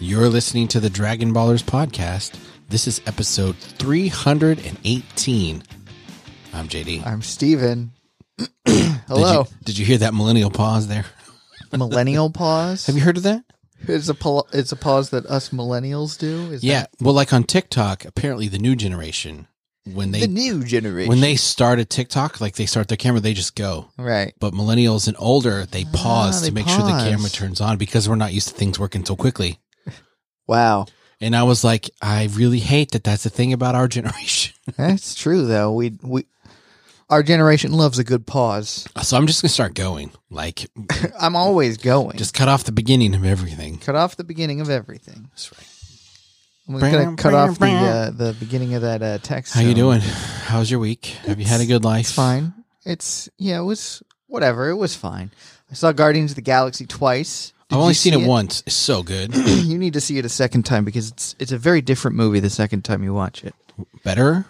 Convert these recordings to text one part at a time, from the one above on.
You're listening to the Dragon Ballers podcast. This is episode 318. I'm JD. I'm Steven. Uh, Hello. Did you, did you hear that millennial pause there? millennial pause. Have you heard of that? It's a pol- it's a pause that us millennials do. Is Yeah. Well, like on TikTok, apparently the new generation, when that they the new generation? when they start a TikTok, like they start their camera, they just go. right. But millennials and older, they pause Ah, they to make sure the pause. camera turns on because we're not used to things working so quickly. Wow, And I was like, I really hate that that's the thing about our generation. that's true though. We we our generation loves a good pause. so I'm just going to start going. Like, I'm always going. just cut off the beginning of everything. cut off the beginning of everything. That's right. I'm Bam, gonna cut bam, off the bam. uh, the beginning of that uh, text. How you zone. doing? How's your week? Have you had a good life? It's fine. It's yeah. It was whatever. It was fine. I saw Guardians of the Galaxy twice. Did I've only you seen see it, once. It's so good. you need to see it a second time because it's it's a very different movie the second time you watch it. Better,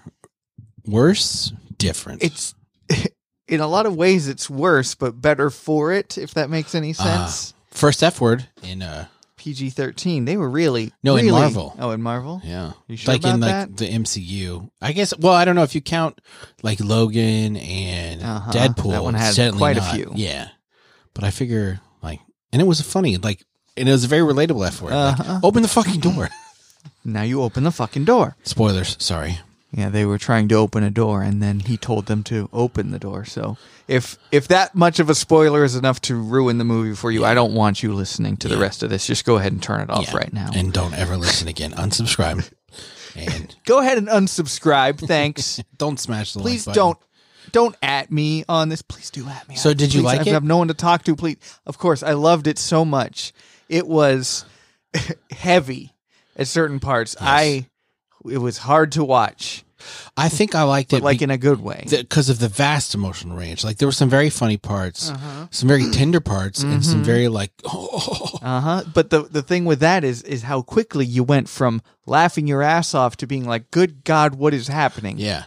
worse, different. It's in a lot of ways it's worse, but better for it if that makes any sense. first F word in uh PG thirteen. They were really No, in really- Marvel. Oh, in Marvel. yeah. You sure like about in like that? the MCU. I guess well, I don't know if you count like Logan and Uh-huh. Deadpool. That one had it's certainly quite a not. few. Yeah. But I figure like and it was funny, like and it was a very relatable F word. like, Uh-huh. open the fucking door. Now you open the fucking door. Spoilers, sorry. Yeah, they were trying to open a door, and then he told them to open the door. So if if that much of a spoiler is enough to ruin the movie for you, I don't want you listening to the rest of this. Just go ahead and turn it off Yeah. right now. And don't ever listen again. Unsubscribe. and go ahead and unsubscribe. Thanks. don't smash the like please button. don't don't at me on this please do at me So did you Please, like I it? have no one to talk to please of course i loved it so much it was heavy at certain parts i it was hard to watch I think I liked it like in a good way because of the vast emotional range. Like there were some very funny parts, some very tender parts, and Mm-hmm. some very like oh, uh-huh but the the thing with that is is how quickly you went from laughing your ass off to being like good god what is happening yeah,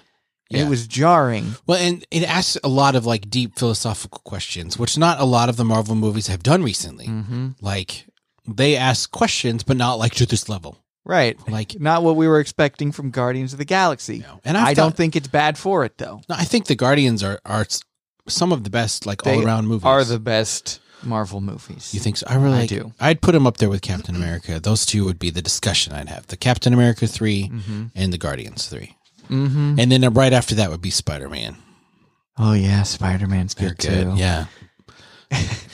And yeah. it was jarring well, and it asks a lot of like deep philosophical questions, which not a lot of the Marvel movies have done recently. Mm-hmm. Like they ask questions, but not like to this level. right Like not what we were expecting from guardians of the galaxy No. And i I've don't thought- think it's bad for it though no, I think the Guardians are are s- some of the best like They all around movies. are the best Marvel movies. you think so? I really I like- do. I'd put them up there with Captain America. Those two would be the discussion I'd have: the Captain America 3 and the Guardians 3 Mm-hmm. and then uh, right after that would be Spider Man. Oh yeah, Spider Man's They're good. good, too. Uh, Yeah.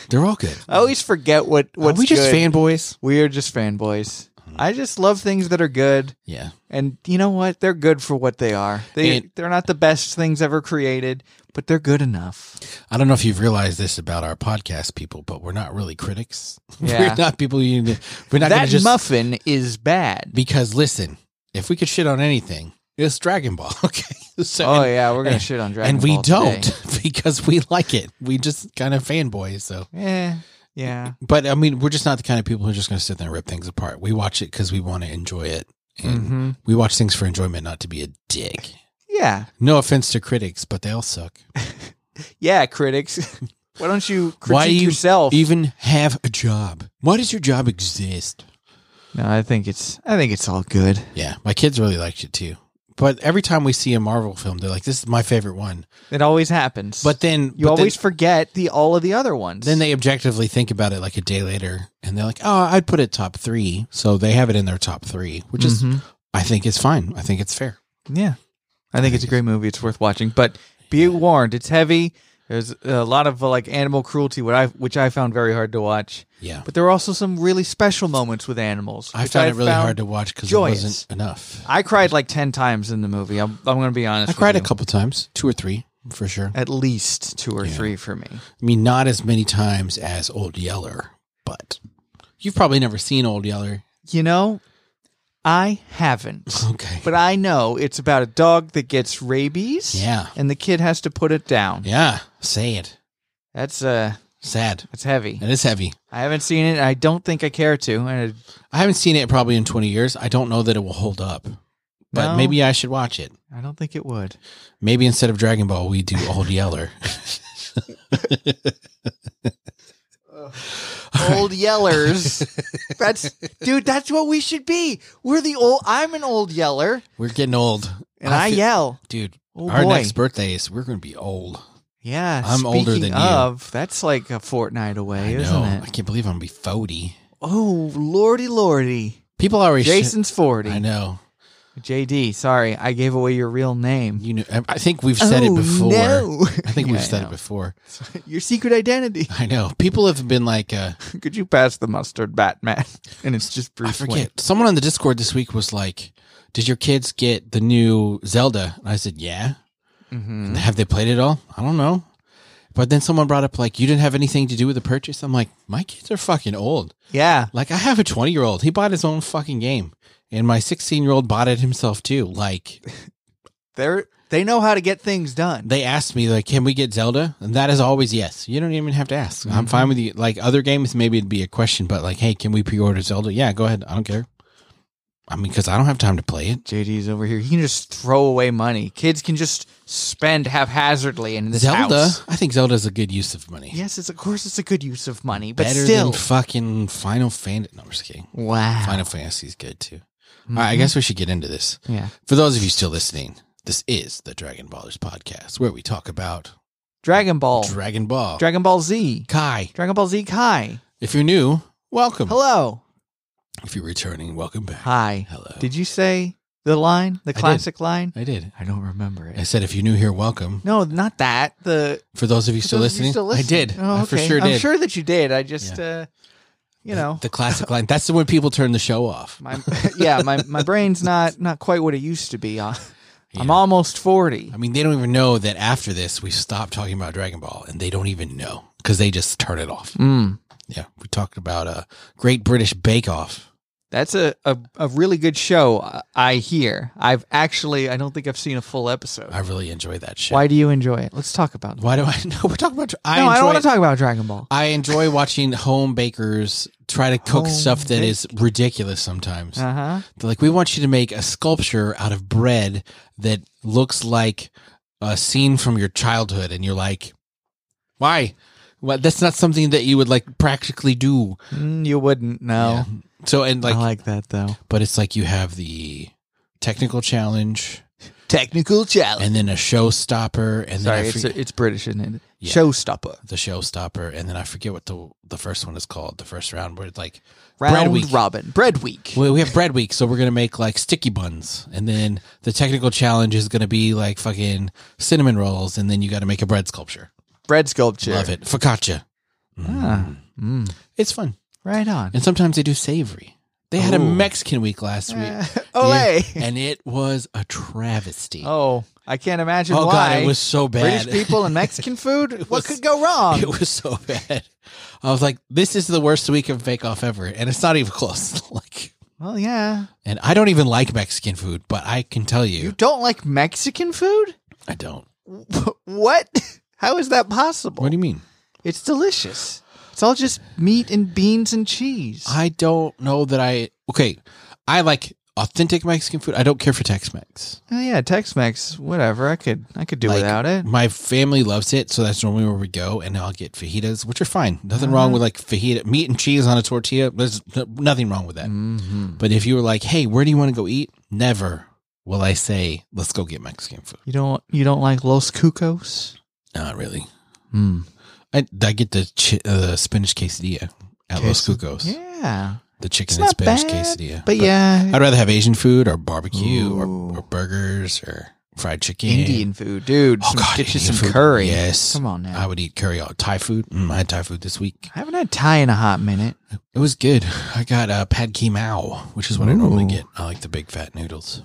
They're all good. I always forget what Are what's we just good. fanboys? we are just fanboys. Mm-hmm. I just love things that are good, Yeah. and you know what? They're good for what they are. They And- they're not the best things ever created, but they're good enough. I don't know if you've realized this about our podcast people, but we're not really critics. Yeah. we're not people you need to, we're not going that to just muffin is bad. because listen, if we could shit on anything, it's Dragon Ball, okay? So, Oh and- yeah, we're gonna and- shit on Dragon And we Ball don't today. because we like it. We just kind of fanboys, so. Eh, yeah. But I mean, we're just not the kind of people who are just going to sit there and rip things apart. We watch it cuz we want to enjoy it. And Mm-hmm. we watch things for enjoyment, not to be a dick. Yeah. No offense to critics, but they all suck. Yeah. Critics, why don't you critique Why do you e- yourself? Even have a job. Why does your job exist? no, I think it's I think it's all good. Yeah, my kids really liked it too. But every time we see a Marvel film, they're like, "This is my favorite one." It always happens. But then you but then- always forget the all of the other ones. then, they objectively think about it like a day later, and they're like, "Oh, I'd put it top three. So they have it in their top three, which Mm-hmm. is, I think, is fine. I think it's fair. yeah, I think it's a great movie. It's worth watching. But be warned, it's heavy. There's a lot of uh, like animal cruelty, what I which I found very hard to watch. Yeah, But there were also some really special moments with animals. I which found it really found- hard to watch because it joyous. wasn't enough. I cried like ten times in the movie. I'm, I'm going to be honest. I cried a with you. couple times, two or three for sure. at least two or three for me. I mean, not as many times as Old Yeller, but you've probably never seen Old Yeller. You know, I haven't. Okay. But I know it's about a dog that gets rabies. Yeah. And the kid has to put it down. yeah. Say it. That's uh Sad. that's heavy. It is heavy. I haven't seen it. I don't think I care to. And I haven't seen it probably in 20 years. I don't know that it will hold up, but No. maybe I should watch it. I don't think it would. Maybe instead of Dragon Ball, we do Old Yeller. All old yellers. that's dude. That's what we should be. We're the old. I'm an old yeller, We're getting old. and I, feel- yell. Dude, Oh, our boy. next birthday is we're going to be old. Yeah, I'm older speaking than you. of, That's like a fortnight away, I isn't know. I it? can't believe I'm going to be 40. Oh lordy, lordy. People already Jason's forty. I know. JD, sorry, I gave away your real name. You know I- I think we've said Oh, it before. No. I think we've Yeah, I said know. it before. your secret identity. I know. People have been like uh Could you pass the mustard, Batman? And it's just Bruce I forget. Wayne. Someone on the Discord this week was like, "Did your kids get the new Zelda?" And I said, "Yeah." Mhm. Have they played it all? I don't know. But then someone brought up like, "You didn't have anything to do with the purchase." I'm like, "My kids are fucking old. Yeah. Like, I have a 20 year old. He bought his own fucking game, and my 16 year old bought it himself too. Like, They're they know how to get things done. they asked me like, "Can we get Zelda?" And that is always yes. You don't even have to ask. Mm-hmm. I'm fine with you. Like other games, maybe it'd be a question, but like, "Hey, can we pre-order Zelda?" Yeah, go ahead. I don't care. I mean, because I don't have time to play it. JD's over here. He can just throw away money. Kids can just spend haphazardly in this Zelda, house. I think Zelda's a good use of money. Yes, it's of course it's a good use of money, but Better still. than fucking Final Fantasy. No, I'm just kidding. wow. Final Fantasy's good too. All Mm-hmm. right, I guess we should get into this. Yeah. For those of you still listening, this is the Dragon Ballers podcast where we talk about Dragon Ball. Dragon Ball. Dragon Ball Z. Kai. Dragon Ball Z Kai. If you're new, welcome. Hello. If you're returning, welcome back. Hi. Hello. Did you say the line? The did. classic line? I did. I don't remember I said, if you're new here, welcome. No, not that. The For those of you still Those of listening, you still listening. I did. Oh, I for okay. sure I'm did. sure that you did. I just, uh, you The- know, the classic line. That's when people turn the show off. my yeah, my my brain's not not quite what it used to be. Uh, I'm Yeah. almost forty. I mean, they don't even know that after this we stopped talking about Dragon Ball, and they don't even know because they just turn it off. Mm. Yeah, we talked about a Great British Bake Off. That's a, a a really good show. I- I hear. I've actually. I don't think I've seen a full episode. I really enjoy that shit. Why do you enjoy it? Let's talk about. It. Why do I know we're talking about? I no, enjoy, I don't want to talk about Dragon Ball. I enjoy watching home bakers try to cook Home stuff that is ridiculous. Sometimes Uh huh. They're like, we want you to make a sculpture out of bread that looks like a scene from your childhood, and you're like, why? Well, that's not something that you would like practically do. Mm, you wouldn't know. So and like I like that though. but it's like you have the technical challenge Technical challenge. and then a showstopper and Sorry, then I it's, for- it's British, isn't it? Yeah. Showstopper. the showstopper and then I forget what the the first one is called the first round where it's like Round bread week. robin. Bread week. Well, we have bread week, so we're gonna make like sticky buns, and then the technical challenge is gonna be like fucking cinnamon rolls, and then you got to make a bread sculpture. Bread sculpture. Love it, focaccia. Ah. Mm. It's fun, Right on. and sometimes they do savory. They had a Ooh. Mexican week last week, Uh, Yeah, Olay. and it was a travesty. Oh, I can't imagine Oh, why. God, it was so bad. British people and Mexican food. what was- could go wrong? It was so bad. I was like, this is the worst week of Bake Off ever, and it's not even close. like, Well, yeah. and I don't even like Mexican food, but I can tell you, You don't like Mexican food? I don't. Wh- What? How is that possible? What do you mean? it's delicious. It's all just meat and beans and cheese. I don't know that I. Okay, I like authentic Mexican food. I don't care for Tex-Mex. oh yeah, Tex-Mex, whatever. I could I could do Like, without it. My family loves it, so that's normally where we go, and I'll get fajitas, which are fine. Nothing wrong Ah. with like fajita, meat and cheese on a tortilla. There's n- nothing wrong with that. Mm. Mm-hmm. But if you were like, hey, where do you want to go eat? Never will I say, let's go get Mexican food. You don't you don't like Los Cucos? Not really. Hmm. I, I get the chi- uh, the spinach quesadilla at Los Quesad- Cucos. Yeah. The chicken It's and not bad, spinach quesadilla. but, yeah, I'd rather have Asian food or barbecue or, Ooh. or burgers or fried chicken. Indian food, dude. Oh Some- god, get you Indian some food. curry. Yes. Come on now. I would eat curry all Thai food. Mm, I had Thai food this week. I haven't had Thai in a hot minute. It was good. I got uh, pad kee mao, which is what I normally Ooh. get. I like the big fat noodles.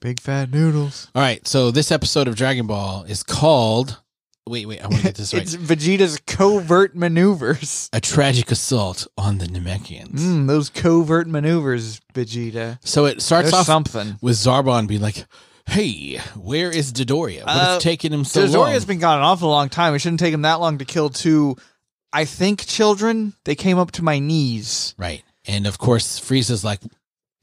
Big fat noodles. All right, so this episode of Dragon Ball is called. Wait, wait, I want to get this right. It's Vegeta's covert maneuvers. a tragic assault on the Namekians. Mm, those covert maneuvers, Vegeta. So it starts There's off something. with Zarbon being like, "Hey, where is Dodoria? What's Uh, taking him so So long?" Zoria's been gone an awful long time. It shouldn't take him that long to kill two, I think, children. They came up to my knees. Right. And of course, Frieza's like,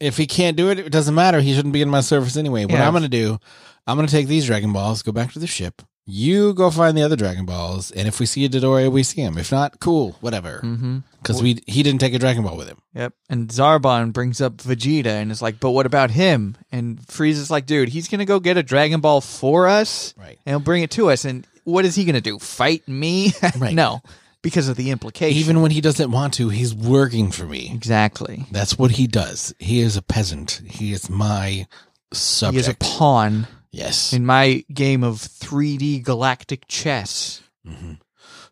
if he can't do it, it doesn't matter. He shouldn't be in my service anyway. What Yeah. I'm going to do, I'm going to take these Dragon Balls, go back to the ship. You go find the other Dragon Balls, and if we see a Dodoria, we see him. If not, cool, whatever. Mm-hmm. Because we he didn't take a Dragon Ball with him. Yep. And Zarbon brings up Vegeta and is like, but what about him? And Frieza's like, dude, he's going to go get a Dragon Ball for us Right. and he'll bring it to us. And what is he going to do? Fight me? Right. no, because of the implication. Even when he doesn't want to, he's working for me. exactly. That's what he does. He is a peasant. He is my subject. He is a pawn yes. in my game of 3D galactic chess.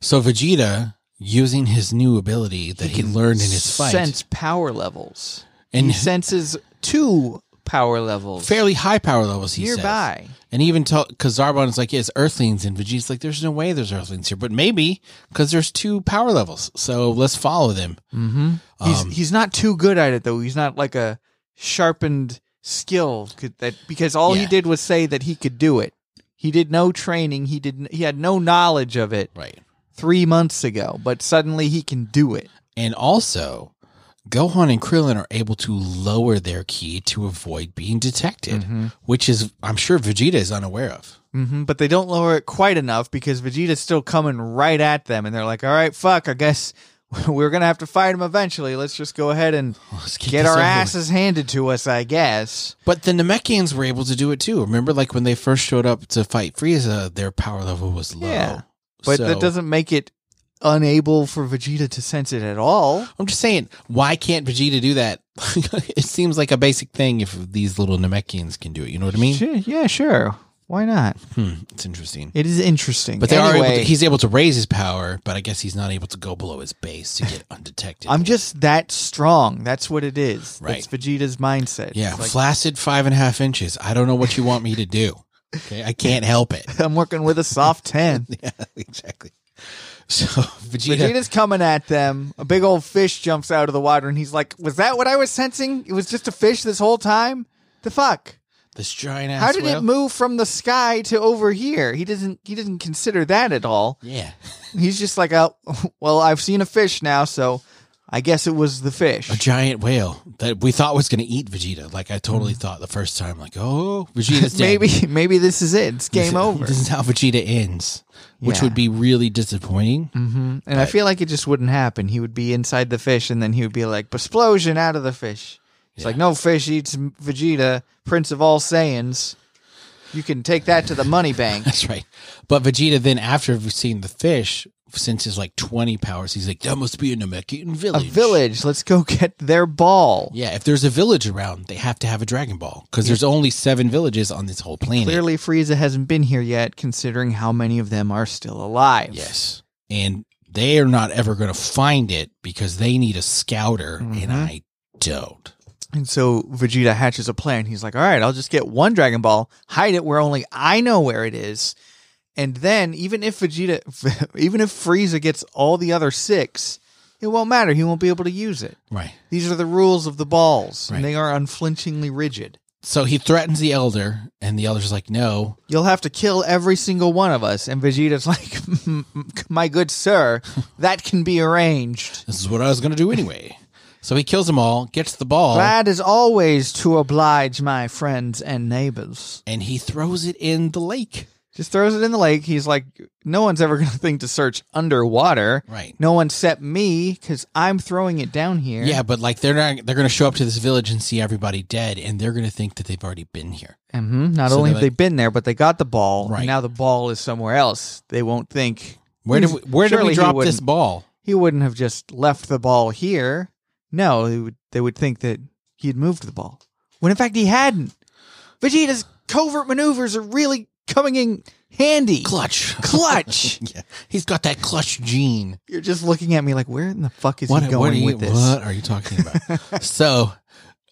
So Vegeta, using his new ability that he, learned in his fight, Sense power levels. and He senses two power levels fairly high power levels, he says. nearby. And even because Zarbon is like, yes, Earthlings, and Vegeta's like, there's no way there's Earthlings here, but maybe because there's two power levels, so let's follow them. Mm-hmm. He's Um, he's not too good at it though. He's not like a sharpened skill could, that because all he Yeah. did was say that he could do it. He did no training. He didn't. He had no knowledge of it Right. three months ago, but suddenly he can do it. And also, Gohan and Krillin are able to lower their key to avoid being detected, which is, I'm sure, Vegeta is unaware of. hmm but they don't lower it quite enough because Vegeta's still coming right at them, and they're like, "All right, fuck. I guess we're gonna have to fight him eventually. Let's just go ahead and Let's get this our over with. asses handed to us. I guess." But the Namekians were able to do it too. Remember, like when they first showed up to fight Frieza, their power level was low. Yeah. But that So- doesn't make it unable for Vegeta to sense it at all. I'm just saying, why can't Vegeta do that? it seems like a basic thing if these little Namekians can do it. You know what I mean? Sure, yeah, sure. Why not? Hmm, it's interesting. It is interesting. But they are able Anyway, to, he's able to raise his power, but I guess he's not able to go below his base to get undetected. I'm just that strong. That's what it is. Right. That's Vegeta's mindset. yeah, It's like, flaccid five and a half inches. I don't know what you want me to do. Okay, I can't help it. I'm working with a soft 10. Yeah, exactly. So Vegeta, Vegeta's coming at them. A big old fish jumps out of the water and he's like, "Was that what I was sensing? It was just a fish this whole time?" The fuck? this giant ass. How did whale- it move from the sky to over here? He doesn't he doesn't consider that at all. Yeah, He's just like, oh, well, I've seen a fish now, so I guess it was the fish. a giant whale that we thought was going to eat Vegeta. Like I totally thought the first time. Like, oh, Vegeta's dead. Mm. Maybe, maybe this is it. It's This- game over. This is how Vegeta ends, which Yeah. would be really disappointing. hmm And I feel like it just wouldn't happen. He would be inside the fish, and then he would be like, explosion out of the fish. It's like, no fish eats M- Vegeta, Prince of all Saiyans. You can take that to the money bank. That's right. But Vegeta then, after seeing the fish, since his like twenty powers, he's like, that must be a Namekian a village. village. Let's go get their ball. Yeah, if there's a village around, they have to have a Dragon Ball because there's only seven villages on this whole planet. Clearly, Frieza hasn't been here yet, considering how many of them are still alive. Yes, and they are not ever going to find it because they need a scouter, Mm-hmm. and I don't. And so Vegeta hatches a plan. He's like, all right, I'll just get one Dragon Ball, hide it where only I know where it is. And then even if Vegeta, even if Frieza gets all the other six, it won't matter. He won't be able to use it. Right. These are the rules of the balls, Right. and they are unflinchingly rigid. So he threatens the elder, and the elder's like, "No, You'll have to kill every single one of us. And Vegeta's like, my good sir, that can be arranged. this is what I was going to do anyway." so he kills them all, gets the ball. Glad as always to oblige my friends and neighbors. and he throws it in the lake. just throws it in the lake. He's like, no one's ever going to think to search underwater. Right. No one except me because I'm throwing it down here. Yeah, but like they're not they're gonna show up to this village and see everybody dead and they're gonna think that they've already been here. hmm Not So only they're have they like- been there, but they got the ball. and Right. now the ball is somewhere else. They won't think Where did we, where did Hmm. Surely we he drop wouldn't. this ball? he wouldn't have just left the ball here. No, they would, they would think that he had moved the ball. When in fact, he hadn't. Vegeta's covert maneuvers are really coming in handy. Clutch. Clutch. yeah. He's got that clutch gene. You're just looking at me like, where in the fuck is What, he what going are you, with this? what are you talking about? so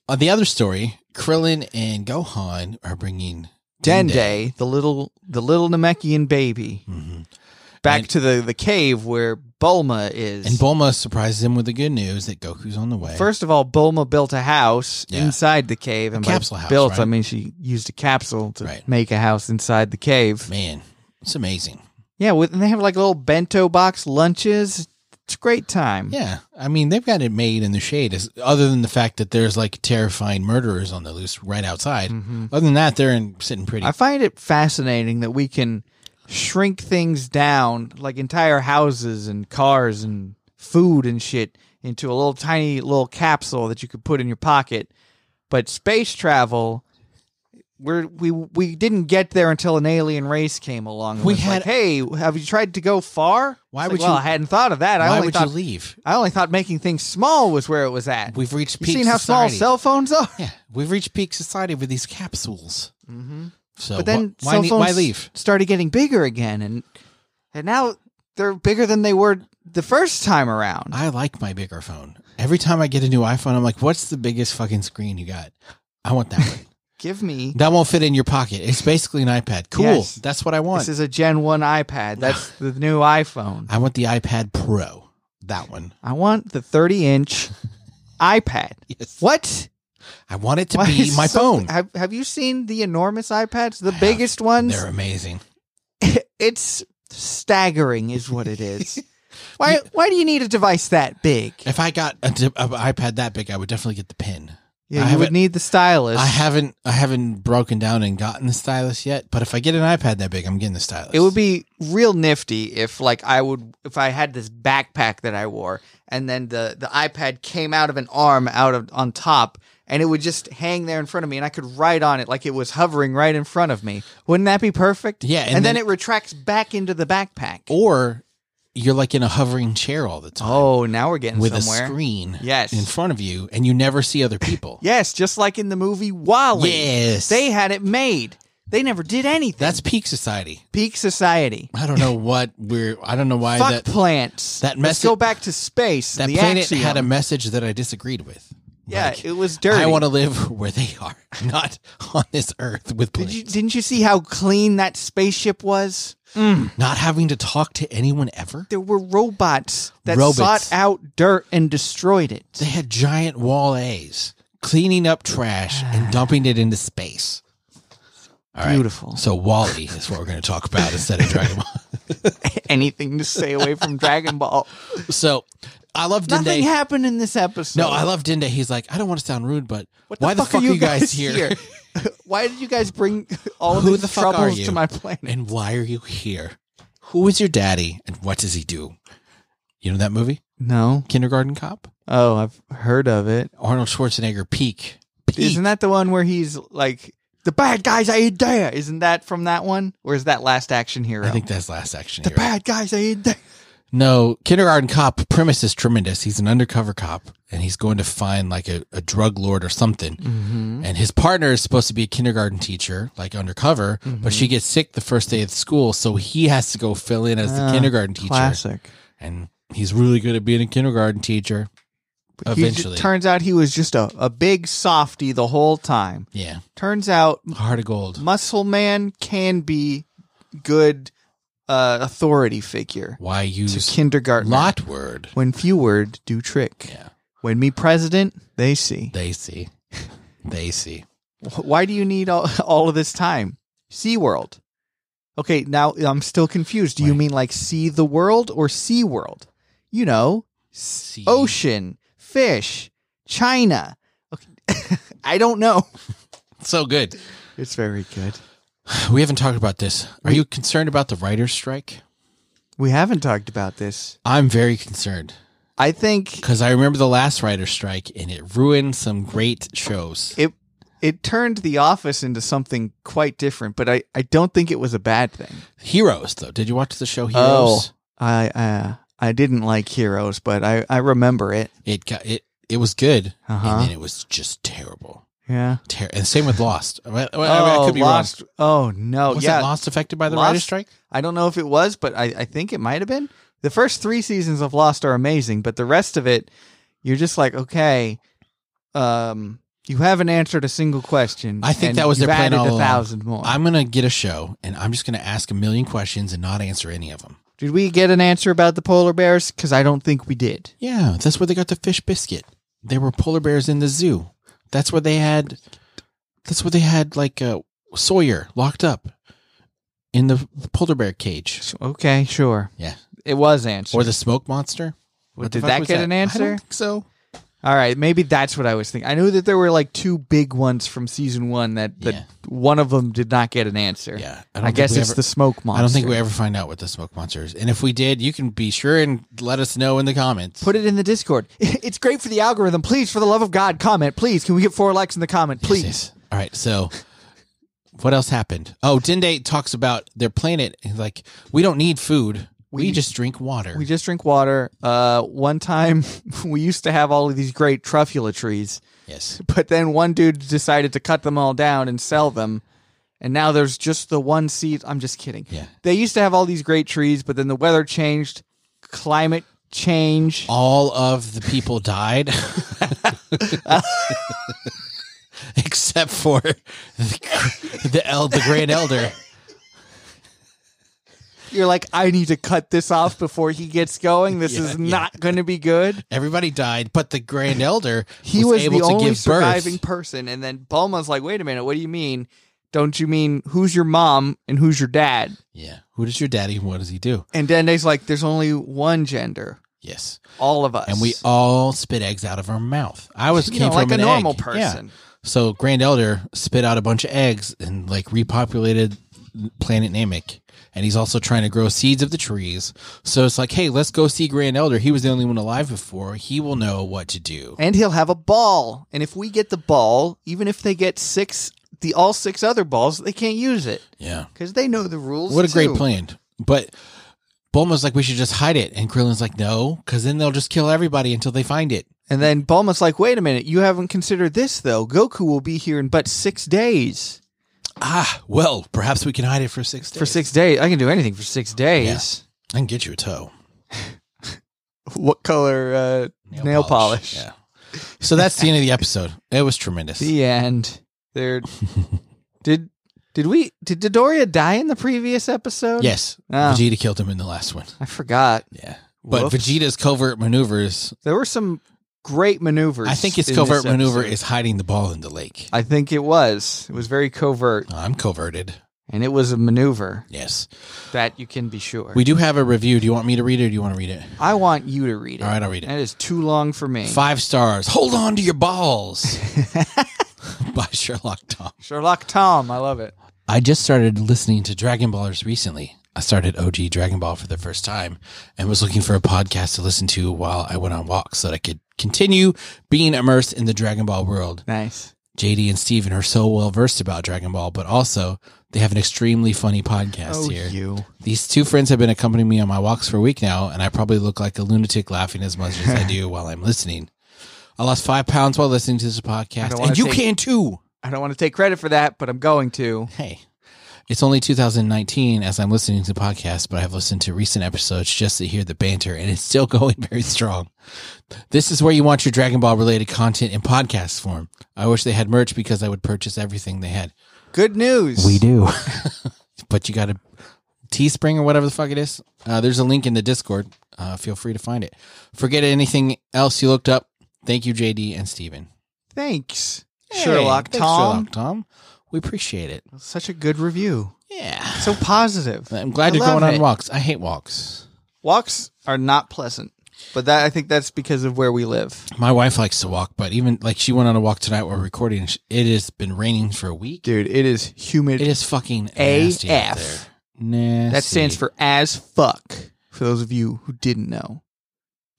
on the other story, Krillin and Gohan are bringing Dende, the little the little Namekian baby, Mhm. back And- to the the cave where Bulma is. And Bulma surprises him with the good news that Goku's on the way. First of all, Bulma built a house Yeah. inside the cave, and by capsule house, built right? I mean she used a capsule to Right. make a house inside the cave. Man, it's amazing. Yeah, with, and they have like little bento box lunches. It's a great time. Yeah, I mean they've got it made in the shade. Is other than the fact that there's like terrifying murderers on the Mm-hmm. loose right outside. Other than that, they're in, sitting pretty. I find it fascinating that we can shrink things down, like entire houses and cars and food and shit, into a little tiny little capsule that you could put in your pocket. But space travel, we're, we we didn't get there until an alien race came along. and We was had- like, hey, have you tried to go far? Why It's like, would well, you- I hadn't thought of that. I Why only would thought you leave? I only thought making things small was where it was at. We've reached you peak seen how small society. cell phones are? yeah, we've reached peak society with these capsules. Mm-hmm. So But then wh- why, cell ne- phones why leave? started getting bigger again, and and now they're bigger than they were the first time around. I like my bigger phone. Every time I get a new iPhone, I'm like, "What's the biggest fucking screen you got? I want that one. Give me that won't fit in your pocket. It's basically an iPad. Cool. Yes. That's what I want. this is a Gen One iPad. That's the new iPhone. I want the iPad Pro. That one. I want the 30 inch iPad. Yes. What? I want it to Why be is my so- phone. Have Have you seen the enormous iPads? The biggest ones. They're amazing. It's staggering, is what it is. Why, why do you need a device that big? If I got an iPad that big, I would definitely get the pen. I Yeah, you would haven't- need the stylus. I haven't I haven't broken down and gotten the stylus yet, but if I get an iPad that big, I'm getting the stylus. It would be real nifty if like I would if I had this backpack that I wore and then the the iPad came out of an arm out of on top and it would just hang there in front of me and I could write on it like it was hovering right in front of me. Wouldn't that be perfect? Yeah, And, and then, then- it retracts back into the backpack. or you're like in a hovering chair all the time Oh, now we're getting with somewhere. a screen Yes. in front of you and you never see other people. Yes, just like in the movie Wally. Yes. They had it made. They never did anything. That's peak society. peak society. I don't know what we're I don't know why that Fuck plants. that Let's messi- go back to space. that the planet axiom. had a message that I disagreed with. Yeah, Like, it was dirty. I want to live where they are, not on this earth with Did you, planes. didn't you see how clean that spaceship was? Not having to talk to anyone ever. There were robots that Robots. sought out dirt and destroyed it. They had giant wall A's cleaning up trash and dumping it into space. All right. Beautiful. So Wally is what we're going to talk about instead of Dragon Ball. Anything to stay away from Dragon Ball. So I love Dende. Nothing happened in this episode. no, I love Dende. He's like, I don't want to sound rude, but What why the fuck, are you guys, here? Why did you guys bring all of Who these the fuck are troubles you? to my planet? And why are you here? Who is your daddy and what does he do? You know that movie? No. Kindergarten Cop? Oh, I've heard of it. Arnold Schwarzenegger peak. peak. Isn't that the one where he's like, the bad guys ain't there? Isn't that from that one? Or is that Last Action Hero? I think that's last action. the hero. bad guys ain't there. No, kindergarten cop premise is tremendous. He's an undercover cop and he's going to find like a, a drug lord or something. Mm-hmm. And his partner is supposed to be a kindergarten teacher, like undercover, but Mm-hmm. she gets sick the first day of school. So he has to go fill in as the Ah, kindergarten teacher. Classic. And he's really good at being a kindergarten teacher. He ju- Eventually. turns out he was just a, a big softy the whole time. yeah. Turns out m- Heart of gold. Muscle Man can be good uh, authority figure Why to use kindergarten. lot word? When few word do trick. Yeah. When me president, they see. They see. They see. Wh- Why do you need all, all of this time? Sea World. Okay, now I'm still confused. Do you Right. mean like see the world or sea world? You know, See. Oh, ocean, fish, China. Okay. I don't know. So good. It's very good. We haven't talked about this. Are you concerned about the writer's strike? We haven't talked about this. I'm very concerned. I think Because I remember the last writer's strike and it ruined some great shows. it it turned The Office into something quite different, but I, I don't think it was a bad thing. Heroes, though. Did you watch the show Oh, Heroes? I uh, I didn't like Heroes, but I, I remember it. It got it. It was good, Uh-huh. and then it was just terrible. Yeah. Ter- and same with Lost. Well, well, I, mean, I could be Lost. Oh no, wrong. Was yeah. that Lost affected by the Lost- writer's strike? I don't know if it was, but I, I think it might have been. The first three seasons of Lost are amazing, but the rest of it, you're just like, okay, um, you haven't answered a single question. I think and that was you've their plan added all a along. thousand more. I'm gonna get a show, and I'm just gonna ask a million questions and not answer any of them. Did we get an answer about the polar bears? Because I don't think we did. Yeah, that's where they got the fish biscuit. They were polar bears in the zoo. That's where they had. That's where they had like uh, Sawyer locked up in the polar bear cage. Okay, sure. Yeah. It was answered. Or the smoke monster. Did that get an I answer? don't think so. All right, maybe that's what I was thinking. I knew that there were like two big ones from season one that, that Yeah. one of them did not get an answer. Yeah, I don't I, think guess we it's ever- the smoke monster. I don't think we ever find out what the smoke monster is. And if we did, you can be sure and let us know in the comments. put it in the Discord. It's great for the algorithm. Please, for the love of God, comment. Please, can we get four likes in the comment, please? Yes. All right. So, what else happened? Oh, Dende talks about their planet. He's like, we don't need food. We, We- just drink water. We just drink water. Uh, one time we used to have all of these great truffula trees, yes. but then one dude decided to cut them all down and sell them. And now there's just the one seed. I'm just kidding. Yeah. They used to have all these great trees, but then the weather changed, climate change. All of the people died. Except for the, the, el- the Grand Elder. You're like, I need to cut this off before he gets going. This Yeah, is yeah. not going to be good. Everybody died, but the Grand Elder he was, able the to only give surviving birth. person. And then Bulma's like, wait a minute, what do you mean? Don't you mean who's your mom and who's your dad? Yeah. Who does your daddy? and What does he do? And Dende's like, there's only one gender, Yes. all of us. And we all spit eggs out of our mouth. I was you came know, from like a an normal egg. Yeah. person. So Grand Elder spit out a bunch of eggs and like repopulated planet Namek. And he's also trying to grow seeds of the trees. So it's like, hey, let's go see Grand Elder. He was the only one alive before. He will know what to do. And he'll have a ball. And if we get the ball, even if they get six, the all six other balls, they can't use it Yeah. because they know the rules. What a great too. plan. But Bulma's like, we should just hide it. And Krillin's like, no, because then they'll just kill everybody until they find it. And then Bulma's like, wait a minute, you haven't considered this though. Goku will be here in but six days. Ah, well, perhaps we can hide it for six days. For six days, I can do anything for six days. I can get you a toe. what color uh, nail, polish. Yeah. So that's the end of the episode. It was tremendous. The end. There. did did we did Dodoria die in the previous episode? Yes. Ah. Vegeta killed him in the last one. I forgot. Yeah. But Whoops. Vegeta's covert maneuvers, There were some great maneuvers. I think his in covert this episode. maneuver is hiding the ball in the lake. Oh, I think it was. It was very covert, I'm coverted. and it was a maneuver Yes. that you can be sure. We do have a review. Do you want me to read it or do you want to read it? I want you to read it. All right, I'll read it. That is too long for me. Five stars. Hold on to your balls by Sherlock Tom. Sherlock Tom, I love it. I just started listening to Dragon Ballers recently. I started OG Dragon Ball for the first time and was looking for a podcast to listen to while I went on walks so that I could continue being immersed in the Dragon Ball world. Nice. JD and Steven are so well versed about Dragon Ball, but also they have an extremely funny podcast Oh, here. you. These two friends have been accompanying me on my walks for a week now, and I probably look like a lunatic laughing as much as I do while I'm listening. I lost five pounds while listening to this podcast, wanna and you take- can too. I don't want to take credit for that, but I'm going to. Hey, it's only 2019 as I'm listening to podcasts, but I've listened to recent episodes just to hear the banter, and it's still going very strong. This is where you want your Dragon Ball related content in podcast form. I wish they had merch because I would purchase everything they had. Good news. We do. but you got to Teespring or whatever the fuck it is. Uh, there's a link in the Discord. Uh, feel free to find it. Forget anything else you looked up. Thank you, JD and Steven. Thanks, Hey, Sherlock thanks, Tom. Sherlock Tom. We appreciate it. Such a good review. Yeah. So positive. I'm glad I you're love going it. on walks. I hate walks. Walks are not pleasant, but that I think that's because of where we live. My wife likes to walk, but even like she went on a walk tonight while recording. and sh- It has been raining for a week. Dude, it is humid. It is fucking AF. nasty out there. Nasty. that stands for as fuck. For those of you who didn't know.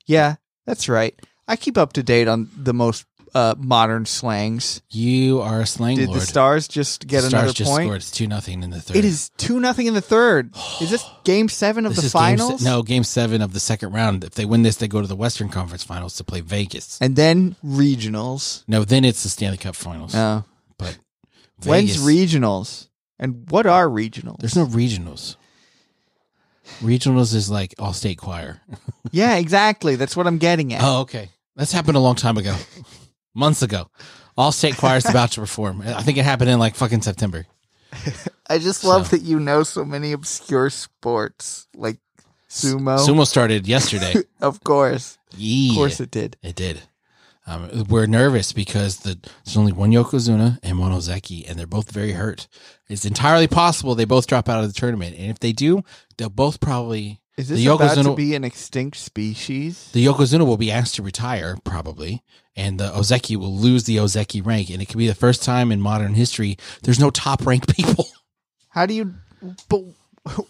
Yeah, that's right. I keep up to date on the most uh, modern slangs. you are a slang Did lord. the stars just get Stars another just point? scored. It's two nothing in the third. It is two nothing in the third. Is this game seven of This the is game se- finals? no, game seven of the second round. If they win this, they go to the Western Conference Finals to play Vegas. And then regionals. No, then it's the Stanley Cup Finals. Oh. But When's Vegas- regionals? And what are regionals? There's no regionals. Regionals is like all state choir. Yeah, exactly. That's what I'm getting at. Oh, okay. That's happened a long time ago, months ago. All state choir's about to perform. I think it happened in like fucking September. I just Oh, love that you know so many obscure sports like sumo. Sumo started yesterday. Oh. Of course. yeah, Of course it did. it did. Um, we're nervous because the, there's only one Yokozuna and one Ozeki, and they're both very hurt. It's entirely possible they both drop out of the tournament, and if they do, they'll both probably Is this The about to Yokozuna- be an extinct species? The Yokozuna will be asked to retire, probably, and the Ozeki will lose the Ozeki rank, and it could be the first time in modern history there's no top rank people. How do you? But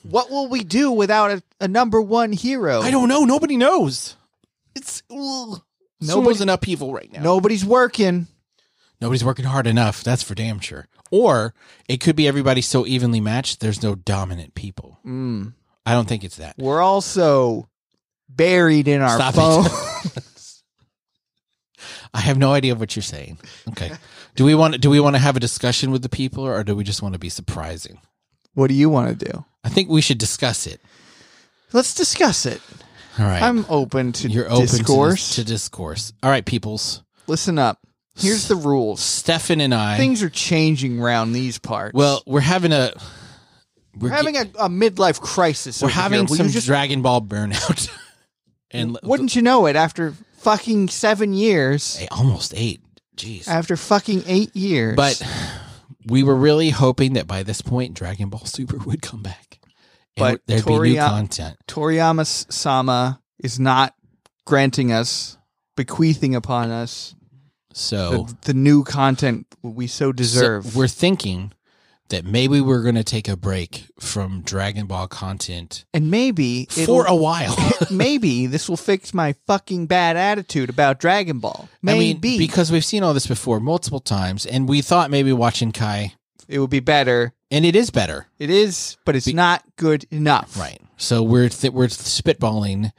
what will we do without a, a number one hero? I don't know. Nobody knows. It's ugh. Nobody's- Nobody's an upheaval right now. Nobody's working. Nobody's working hard enough. That's for damn sure. Or it could be everybody's so evenly matched. There's no dominant people. Mm. I don't think it's that. We're also buried in our Stop phone. it. I have no idea what you're saying. Okay. Do we want do we want to have a discussion with the people or do we just want to be surprising? what do you want to do? I think we should discuss it. Let's discuss it. All right. I'm open to you're open to dis- discourse. To, discourse. All right, peoples. Listen up. Here's the rules. Stefan and I Things are changing around these parts. Well, we're having a we're having a, a midlife crisis. we're over here. having Will you some just- Dragon Ball burnout. and l- Wouldn't you know it? After fucking seven years, Hey, almost 8. Jeez. after fucking eight years, But we were really hoping that by this point, Dragon Ball Super would come back. And But there'd be new Toriyama- content. Toriyama Sama is not granting us, bequeathing upon us So, the, the new content we so deserve. so we're thinking that maybe we're going to take a break from Dragon Ball content and maybe it'll- for a while. maybe this will fix my fucking bad attitude about Dragon Ball. Maybe I mean, because we've seen all this before multiple times, and we thought maybe watching Kai, it would be better. and it is better. It is, but it's not good enough. Right. So we're th- we're spitballing.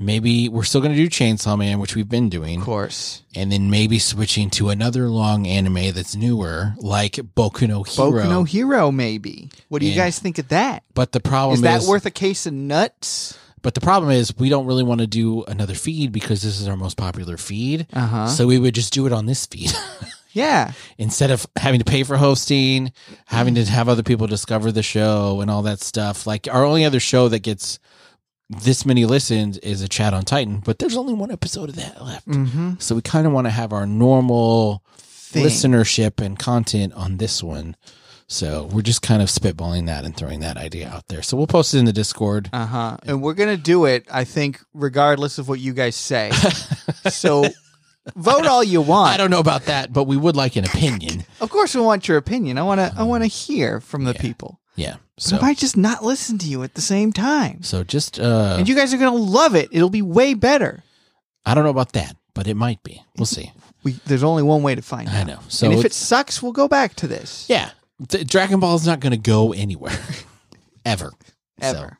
Maybe we're still going to do Chainsaw Man, which we've been doing, Of course. and then maybe switching to another long anime that's newer, like Boku no Hero. Boku no Hero, maybe. What do you Yeah. guys think of that? but the problem Is is, that worth a case of nuts? but the problem is we don't really want to do another feed because this is our most popular feed. Uh huh. So we would just do it on this feed yeah. instead of having to pay for hosting, having to have other people discover the show and all that stuff. Like our only other show that gets this many listens is a chat on Titan, but there's only one episode of that left. Mm-hmm. So we kind of want to have our normal listenership and content on this one. So we're just kind of spitballing that and throwing that idea out there. So we'll post it in the Discord. Uh huh. And we're gonna do it. I think, regardless of what you guys say. so, vote all you I want. don't know about that, but we would like an opinion. Of course, we want your opinion. I wanna. I wanna hear from the people. Yeah. So, So I might just not listen to you at the same time. so just uh And you guys are gonna love it. It'll be way better. I don't know about that, but it might be. We'll see. We, there's only one way to find out. I know. So and if it it's- sucks, we'll go back to this. yeah, D- Dragon Ball is not going to go anywhere ever. Ever.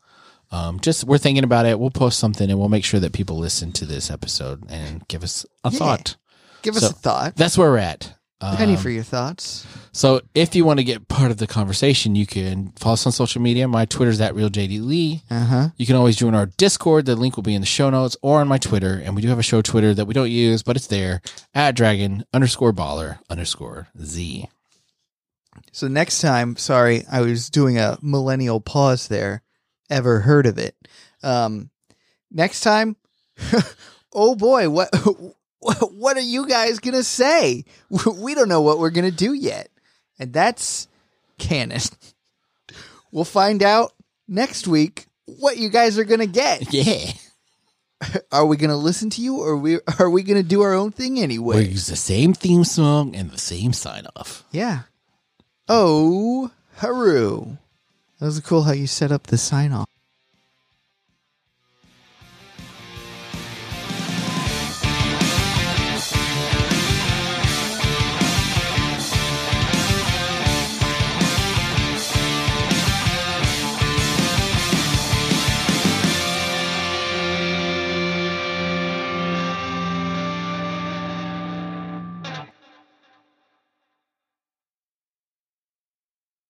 So, um, just we're thinking about it. We'll post something and we'll make sure that people listen to this episode and give us a Yeah. thought. Give us So- a thought. That's where we're at. Um, Penny for your thoughts. So if you want to get part of the conversation, you can follow us on social media. My Twitter's at realjdlee. Uh huh. You can always join our Discord. The link will be in the show notes or on my Twitter. And we do have a show Twitter that we don't use, but it's there at dragon underscore baller underscore z. So next time, sorry, I was doing a millennial pause there. Ever heard of it? Um, next time, oh boy, what what are you guys gonna say? We don't know what we're gonna do yet, and that's canon. We'll find out next week what you guys are gonna get. Yeah. Are we gonna listen to you, or we are we gonna do our own thing We anyway? use the same theme song and the same sign off. Yeah. Oh, Haru. That was cool how you set up the sign off.